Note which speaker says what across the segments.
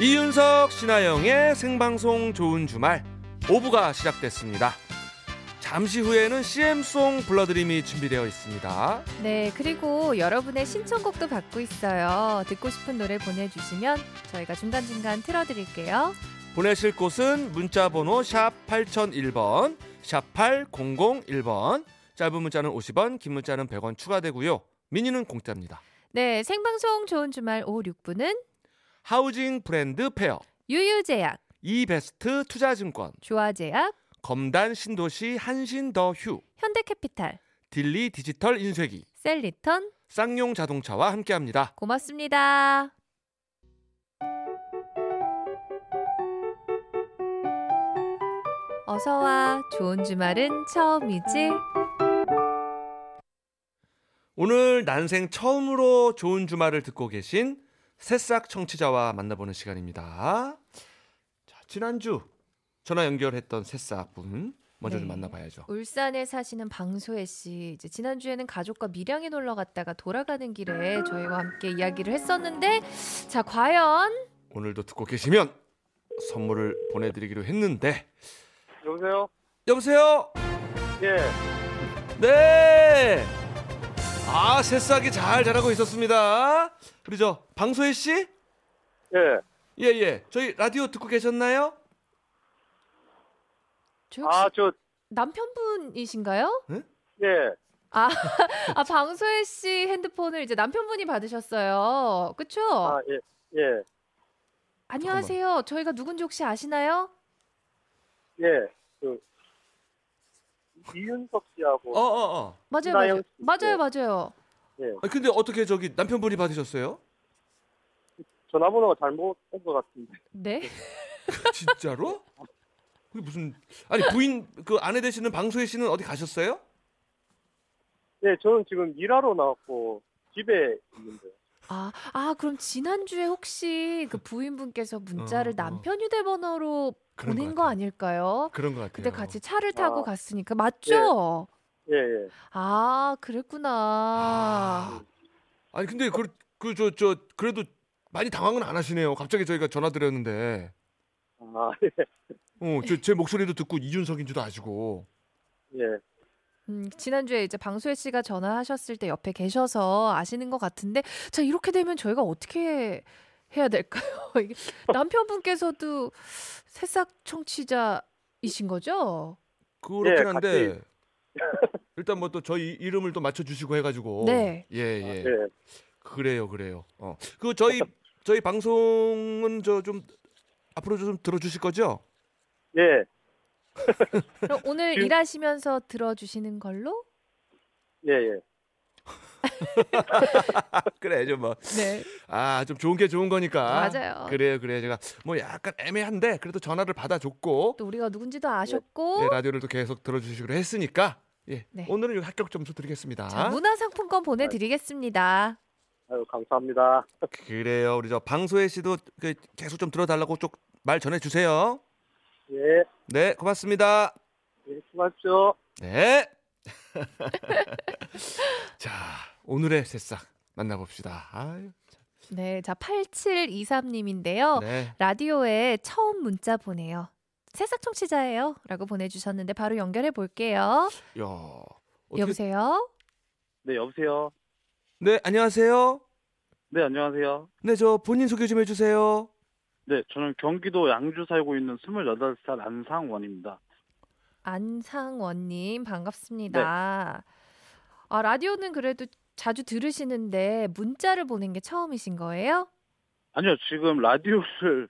Speaker 1: 이윤석 신하영의 생방송 좋은 주말 5부가 시작됐습니다. 잠시 후에는 CM송 불러드림이 준비되어 있습니다.
Speaker 2: 네, 그리고 여러분의 신청곡도 받고 있어요. 듣고 싶은 노래 보내주시면 저희가 중간중간 틀어드릴게요.
Speaker 1: 보내실 곳은 문자 번호 샵 8001번, 샵 8001번. 짧은 문자는 50원, 긴 문자는 100원 추가되고요. 미니는 공짜입니다.
Speaker 2: 네, 생방송 좋은 주말 오후 6부는
Speaker 1: 하우징 브랜드 페어,
Speaker 2: 유유제약,
Speaker 1: 이베스트 투자증권,
Speaker 2: 조화제약,
Speaker 1: 검단 신도시 한신 더 휴,
Speaker 2: 현대캐피탈,
Speaker 1: 딜리 디지털 인쇄기,
Speaker 2: 셀리턴
Speaker 1: 쌍용 자동차와 함께합니다.
Speaker 2: 고맙습니다. 어서와 좋은 주말은 처음이지.
Speaker 1: 오늘 난생 처음으로 좋은 주말을 듣고 계신 새싹 청취자와 만나보는 시간입니다. 자, 지난주 전화 연결했던 새싹 분 먼저 좀
Speaker 2: 네.
Speaker 1: 만나봐야죠.
Speaker 2: 울산에 사시는 방소혜 씨. 이제 지난주에는 가족과 밀양에 놀러 갔다가 돌아가는 길에 저희와 함께 이야기를 했었는데 자, 과연
Speaker 1: 오늘도 듣고 계시면 선물을 보내드리기로 했는데
Speaker 3: 여보세요?
Speaker 1: 여보세요.
Speaker 3: 예.
Speaker 1: 네. 아 새싹이 잘 자라고 있었습니다. 우리 저 방소혜 씨?
Speaker 3: 예.
Speaker 1: 예 예. 저희 라디오 듣고 계셨나요?
Speaker 2: 저 혹시
Speaker 3: 아, 저,
Speaker 2: 남편분이신가요?
Speaker 3: 예.
Speaker 2: 아, 아 방소혜 씨 핸드폰을 이제 남편분이 받으셨어요. 그쵸?
Speaker 3: 아, 예. 예.
Speaker 2: 안녕하세요. 저희가 누군지 혹시 아시나요?
Speaker 3: 예. 그, 이윤석 씨하고.
Speaker 1: 어어 어, 어.
Speaker 2: 맞아요,
Speaker 3: 나영
Speaker 2: 맞아요.
Speaker 3: 씨.
Speaker 2: 맞아요, 맞아요.
Speaker 1: 아, 근데 어떻게 저기 남편분이 받으셨어요?
Speaker 3: 전화번호가 잘못 온 것 같은데.
Speaker 2: 네.
Speaker 1: 진짜로? 그게 무슨 아니 부인 그 아내 되시는 방소혜 씨는 어디 가셨어요?
Speaker 3: 예, 저는 지금 일하러 나왔고, 집에 있는데.
Speaker 2: 아, 아 그럼 지난주에 혹시 그 부인분께서 문자를
Speaker 1: 어.
Speaker 2: 남편 휴대번호로
Speaker 1: 그런
Speaker 2: 보낸
Speaker 1: 것
Speaker 2: 거
Speaker 1: 같아요.
Speaker 2: 아닐까요?
Speaker 1: 그런 것 같아요.
Speaker 2: 근데 같이 차를 타고
Speaker 3: 아.
Speaker 2: 갔으니까 맞죠?
Speaker 3: 예, 예.
Speaker 2: 아, 그랬구나.
Speaker 1: 아. 아니 근데 그그저저 그래도 많이 당황은 안 하시네요. 갑자기 저희가 전화 드렸는데
Speaker 3: 아, 예.
Speaker 1: 어제 제 목소리도 듣고 이준석인 줄도 아시고
Speaker 3: 예.
Speaker 2: 음, 지난주에 이제 방수혜 씨가 전화하셨을 때 옆에 계셔서 아시는 것 같은데, 자, 이렇게 되면 저희가 어떻게 해야 될까요? 이게 남편분께서도 새싹 청취자이신 거죠?
Speaker 1: 그렇긴
Speaker 3: 예,
Speaker 1: 한데 일단 뭐 또 저희 이름을 또 맞춰주시고 해가지고
Speaker 2: 네.
Speaker 1: 예예
Speaker 3: 예.
Speaker 1: 그래요 그래요 어그 저희 저희 방송은 저 좀 앞으로 좀 들어주실 거죠?
Speaker 3: 예.
Speaker 2: 그럼 오늘
Speaker 3: 그-
Speaker 2: 일하시면서 들어주시는 걸로?
Speaker 3: 예, 예.
Speaker 1: 그래 좀뭐
Speaker 2: 네.
Speaker 1: 아, 좀 좋은 게 좋은 거니까.
Speaker 2: 맞아요.
Speaker 1: 그래요, 그래요. 제가 뭐 약간 애매한데 그래도 전화를 받아줬고
Speaker 2: 또 우리가 누군지도
Speaker 1: 네,
Speaker 2: 아셨고,
Speaker 1: 라디오를 또 계속 들어주시기로 했으니까 예,
Speaker 2: 네.
Speaker 1: 오늘은 여기 합격 점수 드리겠습니다.
Speaker 2: 자, 문화상품권 보내드리겠습니다.
Speaker 3: 아유, 감사합니다.
Speaker 1: 그래요, 우리 저 방소혜 씨도 그 계속 좀 들어달라고 쪽 말 전해주세요.
Speaker 3: 예.
Speaker 1: 네, 고맙습니다.
Speaker 3: 예, 수고하십시오.
Speaker 1: 네. 자, 오늘의 새싹 만나봅시다. 아유,
Speaker 2: 네, 자, 8723님인데요.
Speaker 1: 네.
Speaker 2: 라디오에 처음 문자 보내요. 새싹 청취자예요. 라고 보내주셨는데 바로 연결해 볼게요.
Speaker 1: 야, 어떻게-
Speaker 2: 여보세요?
Speaker 3: 네, 여보세요?
Speaker 1: 네, 안녕하세요.
Speaker 3: 네, 안녕하세요.
Speaker 1: 네, 저 본인 소개 좀 해주세요.
Speaker 3: 네, 저는 경기도 양주 살고 있는 28살 안상원입니다.
Speaker 2: 안상원님, 반갑습니다.
Speaker 1: 네.
Speaker 2: 아, 라디오는 그래도 자주 들으시는데 문자를 보낸 게 처음이신 거예요?
Speaker 3: 아니요, 지금 라디오를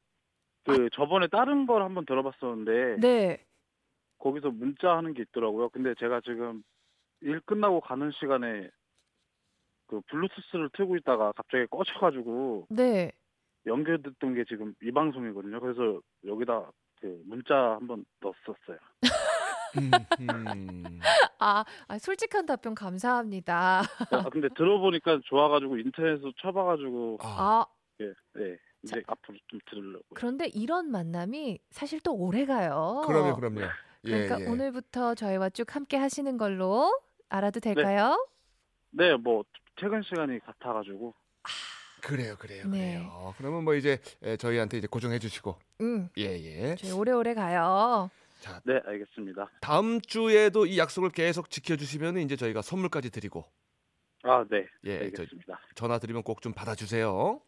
Speaker 3: 그 저번에 다른 걸 한번 들어봤었는데
Speaker 2: 네.
Speaker 3: 거기서 문자 하는 게 있더라고요. 근데 제가 지금 일 끝나고 가는 시간에 그 블루투스를 틀고 있다가 갑자기 꺼져가지고
Speaker 2: 네.
Speaker 3: 연결됐던 게 지금 이 방송이거든요. 그래서 여기다 그 문자 한번 넣었었어요.
Speaker 1: 음, 음.
Speaker 2: 아, 아, 솔직한 답변 감사합니다.
Speaker 3: 아, 근데 들어보니까 좋아가지고 인터넷에서 쳐봐가지고
Speaker 1: 아,
Speaker 2: 아,
Speaker 3: 예, 예, 이제 앞으로 좀 들으려고. 요
Speaker 2: 그런데 이런 만남이 사실 또 오래 가요.
Speaker 1: 그럼요, 그럼요. 예,
Speaker 2: 그러니까
Speaker 1: 예.
Speaker 2: 오늘부터 저희와 쭉 함께 하시는
Speaker 1: 네.
Speaker 2: 걸로 알아도 될까요?
Speaker 3: 네, 뭐 퇴근 시간이 같아가지고
Speaker 1: 그래요, 그래요,
Speaker 2: 네.
Speaker 1: 그래요. 그러면 뭐 이제 에, 저희한테 이제 고정해 주시고
Speaker 2: 음,
Speaker 1: 예, 예.
Speaker 4: 그렇죠.
Speaker 2: 저희 오래오래 가요.
Speaker 4: 네, 알겠습니다.
Speaker 1: 다음 주에도 이 약속을 계속 지켜주시면 이제 저희가 선물까지 드리고
Speaker 4: 아, 네,
Speaker 1: 예, 저
Speaker 4: 알겠습니다.
Speaker 1: 전화 드리면 꼭 좀 받아주세요.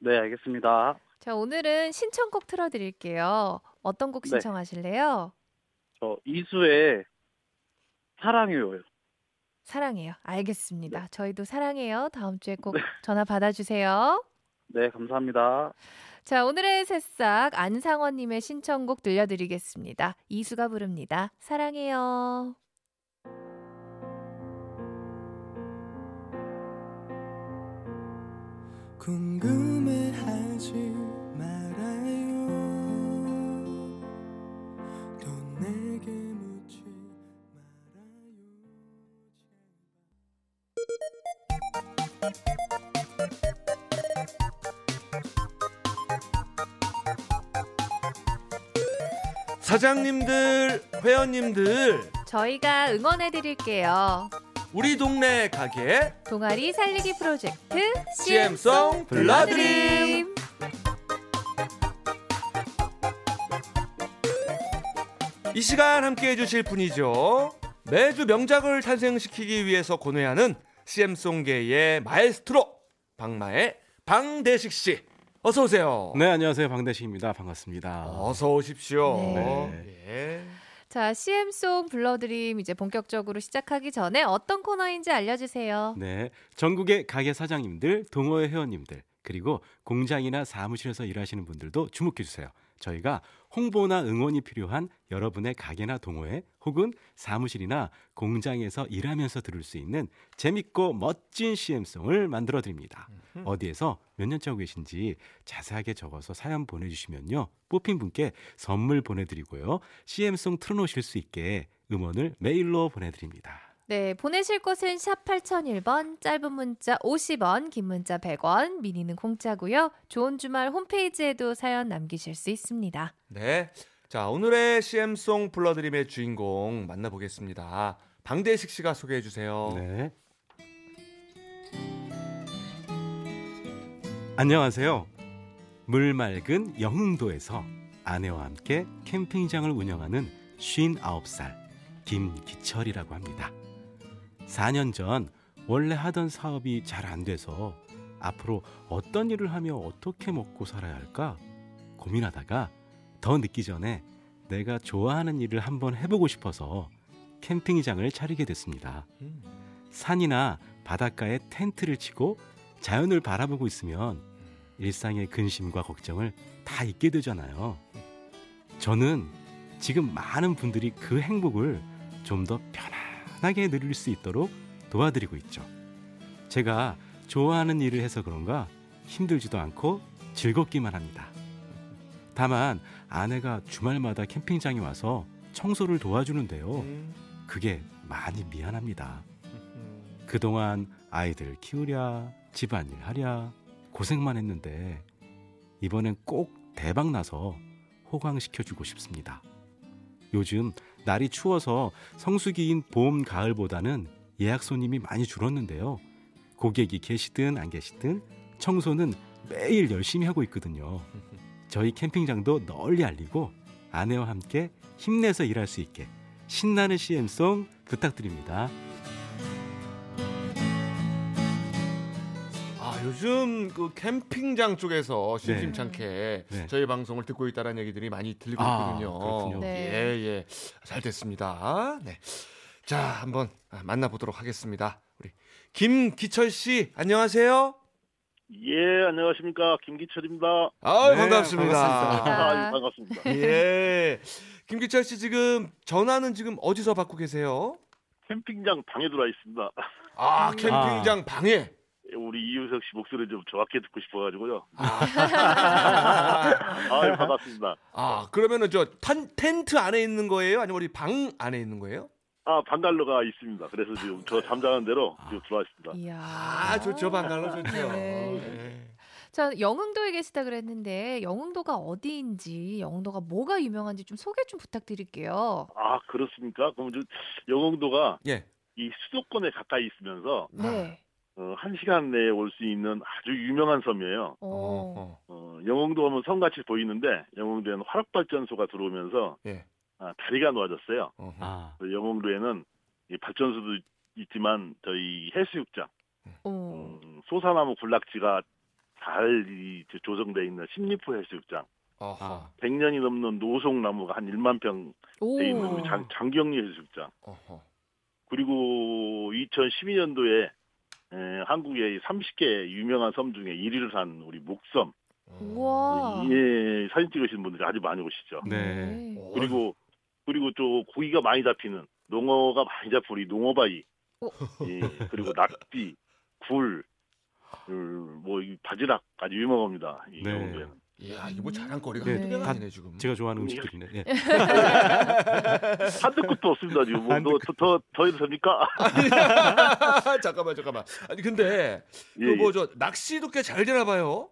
Speaker 4: 네, 알겠습니다.
Speaker 2: 자, 오늘은 신청곡 틀어드릴게요. 어떤 곡
Speaker 4: 네.
Speaker 2: 신청하실래요?
Speaker 4: 저 이수의 사랑해요.
Speaker 1: 네.
Speaker 2: 사랑해요. 알겠습니다. 저희도 사랑해요. 다음 주에 꼭 전화 받아주세요.
Speaker 4: 네, 감사합니다.
Speaker 2: 자, 오늘의 새싹 안상원님의 신청곡 들려드리겠습니다. 이수가 부릅니다. 사랑해요.
Speaker 5: 궁금해하지 말아요. 또 내게 묻지 말아요.
Speaker 1: 사장님들, 회원님들,
Speaker 2: 저희가 응원해드릴게요.
Speaker 1: 우리 동네 가게
Speaker 2: 동아리 살리기 프로젝트
Speaker 1: CM송 불러드림. 이 시간 함께 해주실 분이죠. 매주 명작을 탄생시키기 위해서 고뇌하는 CM송계의 마에스트로 박마의 방대식 씨. 어서 오세요.
Speaker 6: 네, 안녕하세요. 방대식입니다. 반갑습니다.
Speaker 1: 어서 오십시오.
Speaker 6: 네.
Speaker 1: 예.
Speaker 2: 자, CM송 불러드림 이제 본격적으로 시작하기 전에 어떤 코너인지 알려주세요.
Speaker 6: 네, 전국의 가게 사장님들, 동호회 회원님들, 그리고 공장이나 사무실에서 일하시는 분들도 주목해 주세요. 저희가 홍보나 응원이 필요한 여러분의 가게나 동호회 혹은 사무실이나 공장에서 일하면서 들을 수 있는 재밌고 멋진 CM송을 만들어 드립니다. 어디에서 몇 년째 하고 계신지 자세하게 적어서 사연 보내주시면요. 뽑힌 분께 선물 보내드리고요. CM송 틀어놓으실 수 있게 음원을 메일로 보내드립니다.
Speaker 2: 네, 보내실 곳은 샵 8001번, 짧은 문자 50원, 긴 문자 100원, 미니는 공짜고요. 좋은 주말 홈페이지에도 사연 남기실 수 있습니다.
Speaker 1: 네. 자, 오늘의 CM송 불러드림의 주인공 만나보겠습니다. 방대식 씨가 소개해 주세요.
Speaker 6: 네. 안녕하세요. 물 맑은 영흥도에서 아내와 함께 캠핑장을 운영하는 59살 김기철이라고 합니다. 4년 전 원래 하던 사업이 잘 안 돼서 앞으로 어떤 일을 하며 어떻게 먹고 살아야 할까 고민하다가 더 늦기 전에 내가 좋아하는 일을 한번 해보고 싶어서 캠핑장을 차리게 됐습니다.
Speaker 1: 음,
Speaker 6: 산이나 바닷가에 텐트를 치고 자연을 바라보고 있으면 일상의 근심과 걱정을 다 잊게 되잖아요. 저는 지금 많은 분들이 그 행복을 좀 더 편안하게 누릴 수 있도록 도와드리고 있죠. 제가 좋아하는 일을 해서 그런가 힘들지도 않고 즐겁기만 합니다. 다만 아내가 주말마다 캠핑장에 와서 청소를 도와주는데요.
Speaker 1: 음,
Speaker 6: 그게 많이 미안합니다.
Speaker 1: 음.
Speaker 6: 그동안 아이들 키우랴, 집안일 하랴, 고생만 했는데 이번엔 꼭 대박 나서 호강시켜주고 싶습니다. 요즘 날이 추워서 성수기인 봄, 가을보다는 예약 손님이 많이 줄었는데요. 고객이 계시든 안 계시든 청소는 매일 열심히 하고 있거든요. 저희 캠핑장도 널리 알리고 아내와 함께 힘내서 일할 수 있게 신나는 CM송 부탁드립니다.
Speaker 1: 아, 요즘 그 캠핑장 쪽에서 심심찮게
Speaker 6: 네.
Speaker 1: 저희 방송을 듣고 있다는 얘기들이 많이 들리고
Speaker 6: 아,
Speaker 1: 있거든요.
Speaker 6: 그렇군요.
Speaker 2: 네.
Speaker 1: 예, 예. 잘 됐습니다. 네. 자, 한번 아, 만나보도록 하겠습니다. 우리 김기철 씨, 안녕하세요.
Speaker 4: 예, 안녕하십니까. 김기철입니다.
Speaker 1: 아,
Speaker 6: 네,
Speaker 1: 반갑습니다.
Speaker 6: 반갑습니다.
Speaker 4: 네.
Speaker 2: 아, 예,
Speaker 4: 반갑습니다.
Speaker 1: 예. 김기철 씨 지금 전화는 지금 어디서 받고 계세요?
Speaker 4: 캠핑장 방에 들어와 있습니다. 예,
Speaker 1: 아, 캠핑장 방에.
Speaker 4: 우리 이윤석 씨 목소리 좀 정확히 듣고 싶어가지고요.
Speaker 1: 아,
Speaker 4: 아, 반갑습니다.
Speaker 1: 아, 그러면은 저 탄, 텐트 안에 있는 거예요? 아니면 우리 방 안에 있는 거예요?
Speaker 4: 아, 방갈로가 있습니다. 그래서 지금 저 잠자는 대로 지금 들어와 있습니다.
Speaker 2: 이야.
Speaker 1: 아, 좋죠. 방갈로 좋죠.
Speaker 2: 네.
Speaker 1: 예.
Speaker 2: 자, 영흥도에 계시다 그랬는데 영흥도가 어디인지, 영흥도가 뭐가 유명한지 좀 소개 좀 부탁드릴게요.
Speaker 4: 아, 그렇습니까? 그럼 저 영흥도가
Speaker 1: 예. 아.
Speaker 4: 이 수도권에 가까이 있으면서
Speaker 2: 네.
Speaker 3: 어, 한 시간 내에 올 수 있는 아주 유명한 섬이에요.
Speaker 2: 어.
Speaker 1: 어.
Speaker 3: 어, 영흥도 오면 섬같이 보이는데 영흥도에는 화력발전소가 들어오면서
Speaker 1: 예.
Speaker 3: 아, 다리가 놓아졌어요.
Speaker 1: 어허.
Speaker 6: 아,
Speaker 3: 그래서 영흥도에는 이 발전소도 있지만 저희 해수욕장,
Speaker 2: 어.
Speaker 3: 음, 소사나무 군락지가 잘이 조성돼 있는 십리포 해수욕장,
Speaker 1: 어허.
Speaker 6: 아.
Speaker 3: 100년이 넘는 노송나무가 한 1만 평 돼
Speaker 2: 오.
Speaker 3: 있는 우리 장, 장경리 해수욕장,
Speaker 1: 어허.
Speaker 3: 그리고 2012년도에 한국의 30개 유명한 섬 중에 1위를 한 우리 목섬.
Speaker 1: 아.
Speaker 2: 우와.
Speaker 3: 예, 사진 찍으신 분들이 아주 많이 오시죠.
Speaker 6: 네.
Speaker 1: 어.
Speaker 3: 그리고 그리고 또 고기가 많이 잡히는 농어가 많이 잡히는 우리 농어바위.
Speaker 2: 어?
Speaker 3: 예, 그리고 낙지, 굴, 음, 뭐이 바지락 아주 유명합니다. 이
Speaker 6: 네.
Speaker 3: 경우에는.
Speaker 1: 이야, 이거 뭐 자랑거리가
Speaker 2: 네.
Speaker 1: 네. 아니네 지금.
Speaker 6: 제가 좋아하는 음식들이네. 예.
Speaker 3: 한도 끝도 없습니다. 지금 뭐,
Speaker 6: 한도
Speaker 3: 더, 더, 더 해도 됩니까?
Speaker 1: 잠깐만 잠깐만. 아니 근데
Speaker 3: 예,
Speaker 1: 그 뭐 저 낚시도 꽤 잘 되나 봐요.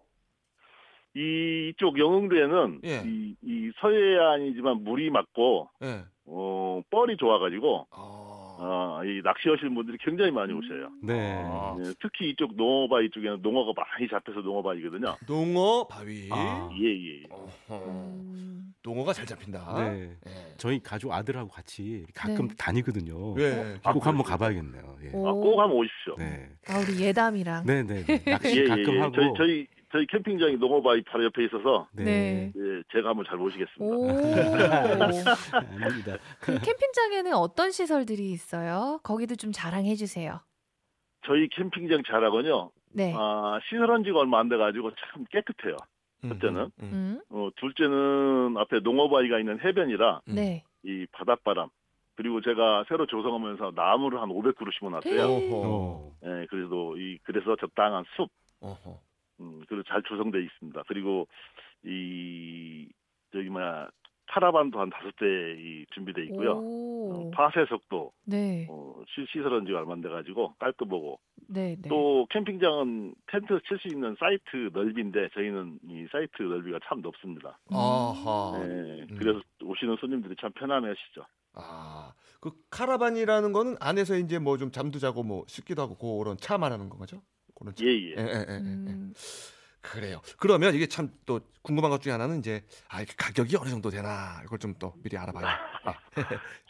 Speaker 3: 예. 이쪽 영흥도에는
Speaker 1: 예.
Speaker 3: 이, 이 서해안이지만 물이 맑고
Speaker 1: 예.
Speaker 3: 어, 뻘이 좋아가지고
Speaker 1: 아.
Speaker 3: 아, 이 낚시하시는 분들이 굉장히 많이 오셔요.
Speaker 6: 네.
Speaker 1: 아.
Speaker 3: 예, 특히 이쪽 농어바위 쪽에는 농어가 많이 잡혀서 농어바위거든요.
Speaker 1: 아. 농어 바위.
Speaker 6: 아.
Speaker 3: 예, 예. 예.
Speaker 1: 어허.
Speaker 2: 음.
Speaker 1: 농어가 잘 잡힌다.
Speaker 6: 네.
Speaker 1: 예.
Speaker 6: 저희 가족 아들하고 같이 가끔
Speaker 2: 네.
Speaker 6: 다니거든요.
Speaker 1: 예.
Speaker 3: 아,
Speaker 6: 꼭 한번
Speaker 3: 그렇습니까?
Speaker 6: 가봐야겠네요. 예.
Speaker 2: 오.
Speaker 3: 아, 꼭 한번 오십시오.
Speaker 6: 네.
Speaker 2: 아 우리 예담이랑.
Speaker 6: 네, 네. 네. 낚시 가끔 하고.
Speaker 3: 예. 저희, 저희, 저희 캠핑장이 농어바위 바로 옆에 있어서
Speaker 6: 네.
Speaker 2: 네.
Speaker 3: 예, 제가 한번 잘 모시겠습니다.
Speaker 2: 오.
Speaker 6: 아닙니다.
Speaker 2: 그 캠핑장에는 어떤 시설들이 있어요? 거기도 좀 자랑해 주세요.
Speaker 3: 저희 캠핑장 자락은요,
Speaker 2: 네.
Speaker 3: 아, 시설한 지가 얼마 안 돼가지고 참 깨끗해요. 첫째는?
Speaker 1: 음,
Speaker 2: 음.
Speaker 3: 어, 둘째는 앞에 농어바위가 있는 해변이라
Speaker 1: 음.
Speaker 2: 네.
Speaker 3: 이 바닷바람, 그리고 제가 새로 조성하면서 나무를 한 500그루
Speaker 1: 음.
Speaker 3: 심어놨어요.
Speaker 1: 어허.
Speaker 6: 어.
Speaker 3: 예, 그래도 이, 그래서 적당한 숲,
Speaker 6: 네.
Speaker 1: 어허.
Speaker 3: 음, 그리고 잘 조성돼 있습니다. 그리고 이, 저기 뭐야, 카라반도 한 다섯 대 준비돼 있고요.
Speaker 2: 오.
Speaker 3: 어, 파쇄석도
Speaker 2: 네.
Speaker 3: 어, 시- 시설은 지가 얼마 안 돼가지고 깔끔하고
Speaker 2: 네. 네.
Speaker 3: 또 캠핑장은 텐트 칠 수 있는 사이트 넓이인데 저희는 이 사이트 넓이가 참 넓습니다.
Speaker 2: 음.
Speaker 1: 아하.
Speaker 3: 예,
Speaker 1: 음.
Speaker 3: 그래서 오시는 손님들이 참 편안해하시죠.
Speaker 1: 아, 그 카라반이라는 거는 안에서 이제 뭐 좀 잠도 자고 뭐 씻기도 하고 그런 차 말하는 건 거죠? 그런 차.
Speaker 3: 예예.
Speaker 1: 예, 예, 예, 예.
Speaker 2: 음.
Speaker 1: 그래요. 그러면 이게 참 또 궁금한 것 중에 하나는 이제 아, 이게 가격이 어느 정도 되나 이걸 좀 또 미리 알아봐요.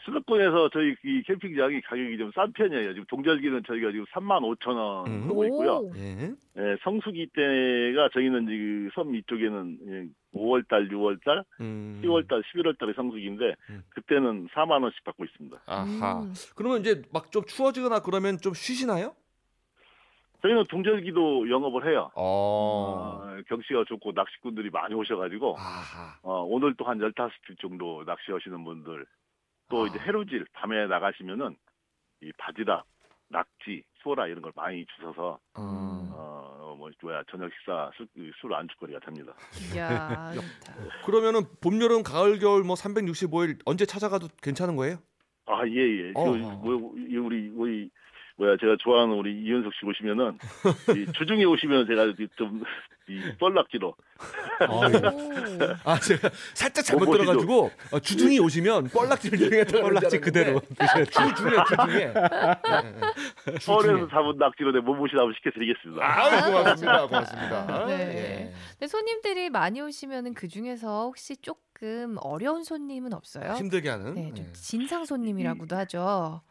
Speaker 3: 수도권에서 저희 이 캠핑장이 가격이 좀 싼 편이에요. 지금 동절기는 저희가 지금 3만 5천 원
Speaker 1: 음.
Speaker 3: 쓰고 있고요.
Speaker 2: 오.
Speaker 1: 예.
Speaker 3: 예, 성수기 때가 저희는 지금 섬 이쪽에는 예, 5월달, 6월달,
Speaker 1: 음.
Speaker 3: 10월달, 11월달에 성수기인데
Speaker 1: 음.
Speaker 3: 그때는 4만 원씩 받고 있습니다.
Speaker 1: 아하.
Speaker 2: 음.
Speaker 1: 그러면 이제 막 좀 추워지거나 그러면 좀 쉬시나요?
Speaker 3: 저희는 동절기도 영업을 해요.
Speaker 1: 어.
Speaker 3: 어, 경치가 좋고 낚시꾼들이 많이 오셔가지고
Speaker 1: 아하.
Speaker 3: 어, 오늘 또한 15집 정도 낚시하시는 분들 또
Speaker 1: 아.
Speaker 3: 이제 해루질 밤에 나가시면은 이 바지락, 낙지, 소라 이런 걸 많이 주셔서
Speaker 1: 어.
Speaker 3: 어, 뭐 뭐야 저녁 식사 술 안주거리가 됩니다.
Speaker 2: 이야. 좋다.
Speaker 1: 그러면은 봄, 여름, 가을, 겨울 뭐 365일 언제 찾아가도 괜찮은 거예요?
Speaker 3: 아 예예.
Speaker 1: 어.
Speaker 3: 우리 우리 뭐야 제가 좋아하는 우리 이윤석 씨 오시면은 이 주중에 오시면 제가 좀이 뻘락지로
Speaker 2: 아, 예. 오.
Speaker 1: 아 제가 살짝 잘못
Speaker 3: 못 보시죠?
Speaker 1: 들어가지고 어, 주둥이 오시면 뻘락지를 이용했다
Speaker 6: 뻘락지 그대로
Speaker 1: 주중에 주중에
Speaker 3: 서울에서 잡은 낙지로 내 몸보신 한번 시켜드리겠습니다.
Speaker 1: 아유 고맙습니다 고맙습니다
Speaker 2: 그렇죠. 네.
Speaker 1: 예.
Speaker 2: 근데 손님들이 많이 오시면은 그 중에서 혹시 조금 어려운 손님은 없어요?
Speaker 1: 힘들게 하는
Speaker 2: 네, 좀
Speaker 1: 예.
Speaker 2: 진상 손님이라고도 하죠.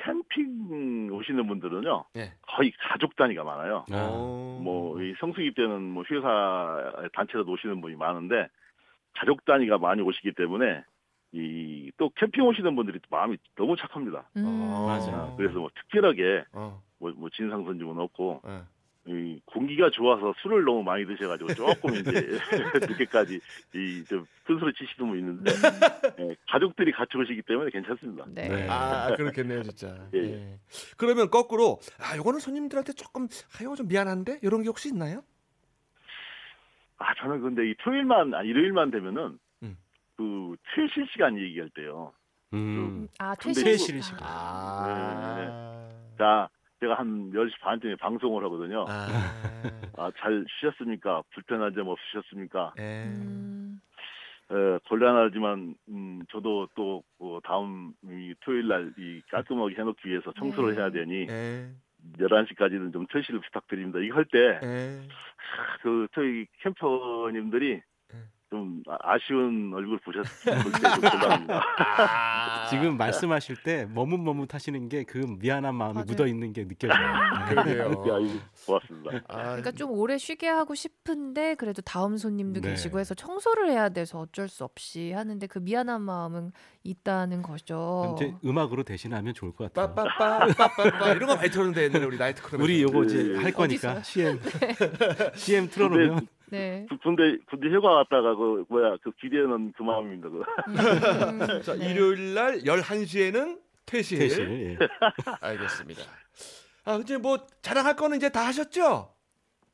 Speaker 3: 캠핑 오시는 분들은요
Speaker 1: 예.
Speaker 3: 거의 가족 단위가 많아요.
Speaker 6: 아.
Speaker 1: 어.
Speaker 3: 뭐 이 성수기 때는 뭐 회사 단체로 오시는 분이 많은데 가족 단위가 많이 오시기 때문에 이 또 캠핑 오시는 분들이 또 마음이 너무 착합니다.
Speaker 2: 음.
Speaker 6: 맞아요.
Speaker 3: 그래서 뭐 특별하게
Speaker 1: 어,
Speaker 3: 뭐, 뭐 진상 손님은 없고
Speaker 1: 예.
Speaker 3: 이 공기가 좋아서 술을 너무 많이 드셔가지고 조금 이제 늦게까지 이좀 큰소리 치시는 분 있는데 예, 가족들이 같이 오시기 때문에 괜찮습니다.
Speaker 2: 네.
Speaker 6: 네.
Speaker 1: 아 그렇겠네요 진짜
Speaker 3: 예.
Speaker 1: 예. 그러면 거꾸로 아 요거는 손님들한테 조금 아 요거 좀 미안한데 요런 게 혹시 있나요?
Speaker 3: 아 저는 근데 이 토요일만 아 일요일만 되면은
Speaker 1: 음.
Speaker 3: 그 퇴실 시간 얘기할 때요.
Speaker 6: 음.
Speaker 2: 아,
Speaker 3: 근데
Speaker 2: 퇴실
Speaker 6: 퇴실이
Speaker 2: 시간.
Speaker 6: 시간.
Speaker 2: 아.
Speaker 3: 자, 제가 한 10시 반쯤에 방송을 하거든요.
Speaker 1: 아.
Speaker 3: 아, 잘 쉬셨습니까? 불편한 점 없으셨습니까?
Speaker 1: 예.
Speaker 2: 음.
Speaker 3: 에, 곤란하지만, 음, 저도 뭐 또, 어, 다음 이 토요일 날 이 깔끔하게 해놓기 위해서 청소를
Speaker 2: 네.
Speaker 3: 해야 되니,
Speaker 1: 예.
Speaker 3: 11시까지는 좀 철실을 부탁드립니다. 이거 할 때
Speaker 1: 예.
Speaker 3: 그 저희 캠퍼님들이 좀 아- 아쉬운 얼굴 보셨을 때좀 곤란합니다.
Speaker 1: 아.
Speaker 6: 지금 말씀하실 때 머뭇머뭇하시는 게 그 미안한 마음이
Speaker 2: 맞아요.
Speaker 6: 묻어 있는 게 느껴져요. 네.
Speaker 1: 그렇죠.
Speaker 3: 야,
Speaker 1: 그러게요.
Speaker 3: 이거 고맙습니다.
Speaker 1: 아,
Speaker 2: 그러니까 좀 오래 쉬게 하고 싶은데 그래도 다음 손님도
Speaker 6: 네.
Speaker 2: 계시고 해서 청소를 해야 돼서 어쩔 수 없이 하는데 그 미안한 마음은 있다는 거죠.
Speaker 6: 이제 음악으로 대신하면 좋을 것 같아요.
Speaker 1: 빠빠빠 빠빠빠 이런 거 많이 틀었는데 옛날에 우리 나이트 클럽
Speaker 6: 우리 요거 이제
Speaker 3: 예.
Speaker 6: 할 거니까
Speaker 2: 어디서요?
Speaker 6: CM CM 틀어놓으면
Speaker 2: 네.
Speaker 3: 구- 군대 군대 휴가 갔다가 그 뭐야 그 기대는 그 마음입니다. 그.
Speaker 2: 음,
Speaker 1: 자,
Speaker 2: 네.
Speaker 1: 일요일 날 11시에는 퇴실.
Speaker 6: 대신 예.
Speaker 1: 알겠습니다. 아, 이제 뭐 자랑할 거는 이제 다 하셨죠?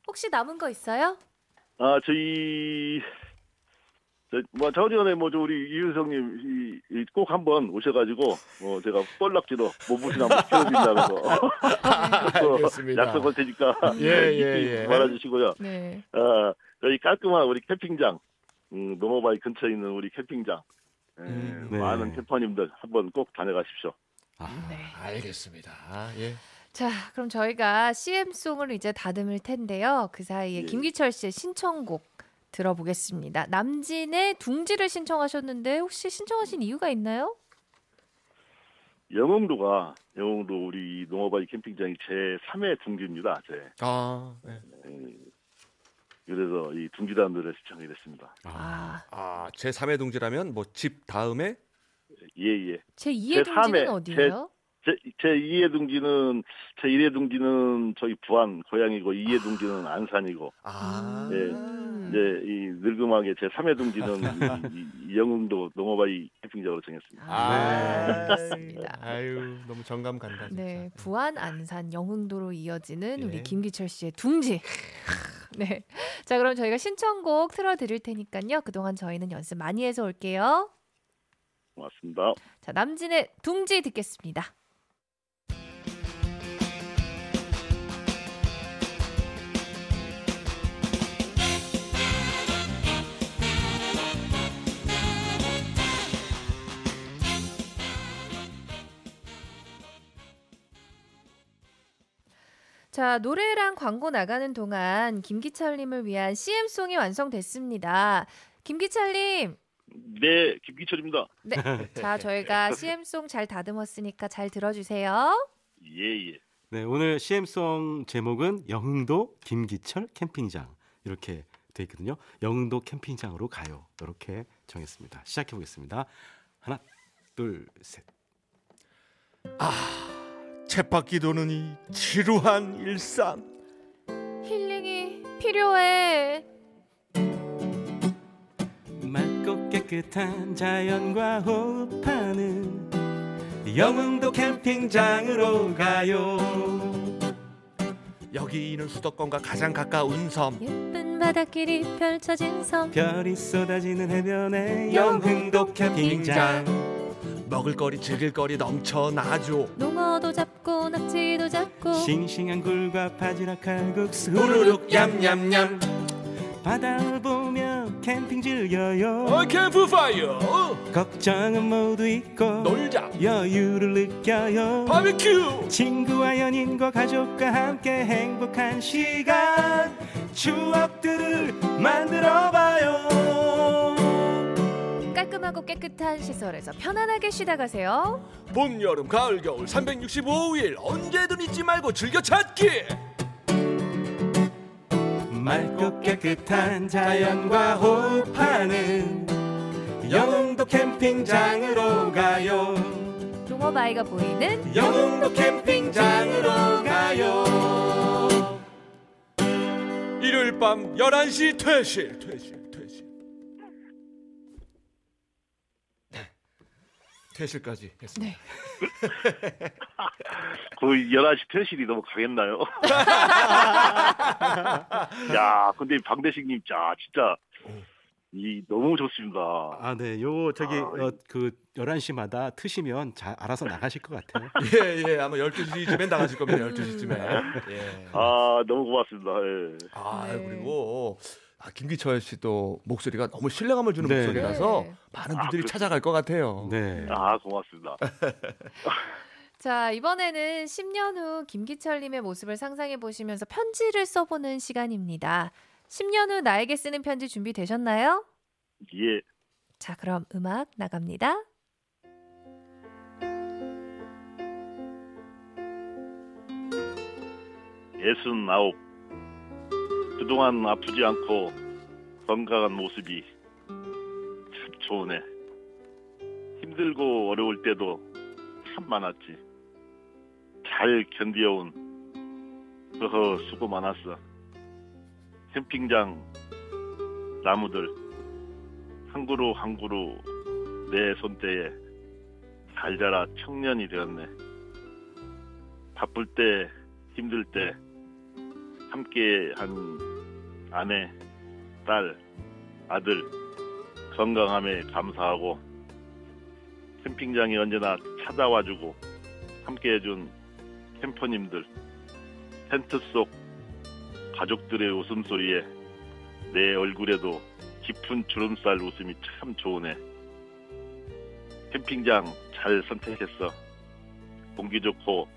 Speaker 2: 혹시 남은 거 있어요?
Speaker 3: 아 저희 저뭐 저번에 뭐저 우리 이윤성님 이- 이꼭 한번 오셔가지고 뭐 제가 뻘락지도 몸부신 한번 키워드린다면서
Speaker 1: 알겠습니다.
Speaker 3: 약속할 테니까
Speaker 1: 예, 예, 예.
Speaker 3: 말아주시고요.
Speaker 2: 네.
Speaker 3: 아, 저희 깔끔한 우리 캠핑장, 음, 노모바이 근처에 있는 우리 캠핑장. 예,
Speaker 1: 음,
Speaker 6: 네.
Speaker 3: 많은 캠퍼님들 한번 꼭 다녀가십시오.
Speaker 6: 아,
Speaker 2: 네.
Speaker 1: 알겠습니다. 예.
Speaker 2: 자, 그럼 저희가 CM송을 이제 다듬을 텐데요. 그 사이에
Speaker 3: 예.
Speaker 2: 김기철 씨의 신청곡 들어보겠습니다. 남진의 둥지를 신청하셨는데 혹시 신청하신 이유가 있나요?
Speaker 3: 영흥도가 영흥도 우리 농어바이 캠핑장이 제 3회 둥지입니다. 제
Speaker 1: 아, 네.
Speaker 3: 예. 그래서 이 둥지단 노래 시청이 됐습니다.
Speaker 2: 아,
Speaker 1: 아, 제 3의 동지라면 뭐 집 다음에
Speaker 3: 예예.
Speaker 2: 제 2의
Speaker 3: 제3회,
Speaker 2: 둥지는
Speaker 3: 제-
Speaker 2: 어디예요?
Speaker 3: 제, 제 2의 둥지는 제 1의 둥지는 저희 부안 고향이고 2의 둥지는 안산이고
Speaker 1: 아.
Speaker 3: 이제 이 늙음하게 제 3의 둥지는 이- 이- 이 영흥도 농어바이 캠핑장으로 정했습니다.
Speaker 2: 아, 알겠습니다.
Speaker 1: 네. 아유, 너무 정감 간다 진짜.
Speaker 2: 네, 부안, 안산, 영흥도로 이어지는
Speaker 1: 예.
Speaker 2: 우리 김기철 씨의 둥지. 네. 자, 그럼 저희가 신청곡 틀어 드릴 테니까요. 그동안 저희는 연습 많이 해서 올게요.
Speaker 3: 고맙습니다.
Speaker 2: 자, 남진의 둥지 듣겠습니다. 자, 노래랑 광고 나가는 동안 김기철님을 위한 CM송이 완성됐습니다. 김기철님,
Speaker 3: 네, 김기철입니다.
Speaker 2: 네. 자, 저희가 CM송 잘 다듬었으니까 잘 들어주세요.
Speaker 3: 예, 예.
Speaker 6: 네 오늘 CM송 제목은 영흥도 김기철 캠핑장 이렇게 돼 있거든요. 영흥도 캠핑장으로 가요. 이렇게 정했습니다. 시작해 보겠습니다. 하나, 둘, 셋.
Speaker 1: 쳇바퀴 도는 이 지루한 일상.
Speaker 2: 힐링이 필요해.
Speaker 6: 맑고 깨끗한 자연과 호흡하는 영흥도 캠핑장으로 가요.
Speaker 1: 여기는 수도권과 가장 가까운 섬.
Speaker 2: 예쁜 바닷길이 펼쳐진 섬.
Speaker 6: 별이 쏟아지는 해변에 영흥도 캠핑장
Speaker 1: 먹을거리 즐길거리 넘쳐나죠.
Speaker 2: 농어도 잡고 낙지도 잡고
Speaker 6: 싱싱한 굴과 바지락 칼국수
Speaker 1: 우르륵 얌얌얌.
Speaker 6: 바다를 보며 캠핑 즐겨요
Speaker 1: 캠프파이어
Speaker 6: 걱정은 모두 잊고
Speaker 1: 놀자
Speaker 6: 여유를 느껴요
Speaker 1: 바비큐
Speaker 6: 친구와 연인과 가족과 함께 행복한 시간 추억들을 만들어봐요
Speaker 2: 깔끔하고 깨끗한 시설에서 편안하게 쉬다 가세요.
Speaker 1: 봄 여름 가을 겨울 365일 언제든 잊지 말고 즐겨 찾기
Speaker 6: 맑고 깨끗한 자연과 호흡하는 영흥도 캠핑장으로 가요
Speaker 2: 농어바위가 보이는
Speaker 6: 영흥도 캠핑장으로 가요
Speaker 1: 일요일 밤 11시 퇴실 퇴실 퇴실 네. 퇴실까지 했습니다
Speaker 3: 그 11시 퇴실이 너무 강했나요? 야, 근데 방대식님, 자, 진짜 이 너무 좋습니다.
Speaker 6: 아, 네. 요 저기
Speaker 3: 아,
Speaker 6: 어, 그 11시마다 트시면 잘 알아서 나가실 것 같아요.
Speaker 1: 예예 아마 12시쯤엔 나가실 겁니다 12시쯤에 예.
Speaker 3: 아, 너무 고맙습니다. 예.
Speaker 1: 아
Speaker 2: 네.
Speaker 1: 그리고 아, 김기철 씨도 목소리가 너무 신뢰감을 주는
Speaker 6: 네.
Speaker 1: 목소리라서
Speaker 2: 네.
Speaker 1: 많은
Speaker 3: 아,
Speaker 1: 분들이
Speaker 3: 그-
Speaker 1: 찾아갈 것 같아요
Speaker 6: 네.
Speaker 3: 아, 고맙습니다.
Speaker 2: 자, 이번에는 10년 후 김기철님의 모습을 상상해 보시면서 편지를 써보는 시간입니다. 10년 후 나에게 쓰는 편지 준비되셨나요?
Speaker 3: 예.
Speaker 2: 자, 그럼 음악 나갑니다.
Speaker 3: 예순 아홉. 그동안 아프지 않고 건강한 모습이 참 좋으네. 힘들고 어려울 때도 참 많았지. 잘 견디어온. 허허, 수고 많았어. 캠핑장, 나무들, 한 그루 한 그루 내 손때에 잘 자라 청년이 되었네. 바쁠 때 힘들 때 함께 한 아내, 딸, 아들 건강함에 감사하고 캠핑장에 언제나 찾아와주고 함께해준 캠퍼님들 텐트 속 가족들의 웃음소리에 내 얼굴에도 깊은 주름살 웃음이 참 좋으네 캠핑장 잘 선택했어 공기 좋고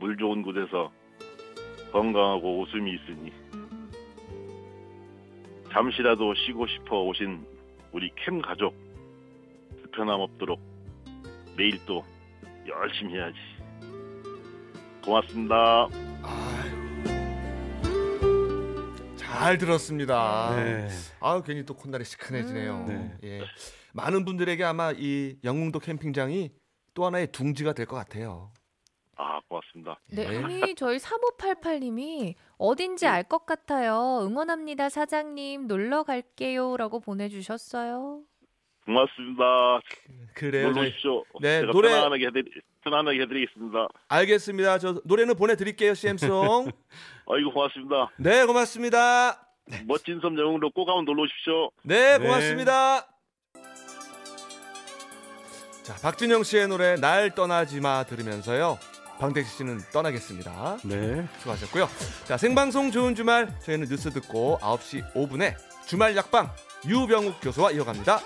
Speaker 3: 물 좋은 곳에서 건강하고 웃음이 있으니 잠시라도 쉬고 싶어 오신 우리 캠 가족 불편함 없도록 내일 또 열심히 해야지 고맙습니다
Speaker 1: 잘 들었습니다.
Speaker 6: 네.
Speaker 1: 아 괜히 또 콧날이 시큰해지네요.
Speaker 6: 음.
Speaker 1: 예. 많은 분들에게 아마 이 영웅도 캠핑장이 또 하나의 둥지가 될 것 같아요.
Speaker 3: 아 고맙습니다
Speaker 2: 네,
Speaker 1: 예.
Speaker 2: 아니 저희 3588님이 어딘지 알 것 같아요. 응원합니다, 사장님. 놀러 갈게요라고 보내주셨어요.
Speaker 3: 고맙습니다
Speaker 1: 그래요.
Speaker 3: 놀러
Speaker 1: 저희-
Speaker 3: 오십시오
Speaker 1: 네,
Speaker 3: 제가
Speaker 1: 노래-
Speaker 3: 편안하게 해드리 편안하게 해드리겠습니다
Speaker 1: 알겠습니다. 저 노래는 보내드릴게요. CM송.
Speaker 3: 아이고 고맙습니다
Speaker 1: 네 고맙습니다.
Speaker 3: 멋진 섬 영웅으로 꼭 한번 놀러 오십시오
Speaker 1: 네,
Speaker 6: 네.
Speaker 1: 고맙습니다. 자, 박진영 씨의 노래 날 떠나지 마 들으면서요. 방택시 씨는 떠나겠습니다.
Speaker 6: 네.
Speaker 1: 수고하셨고요. 자, 생방송 좋은 주말 저희는 뉴스 듣고 9시 5분에 주말 약방 유병욱 교수와 이어갑니다.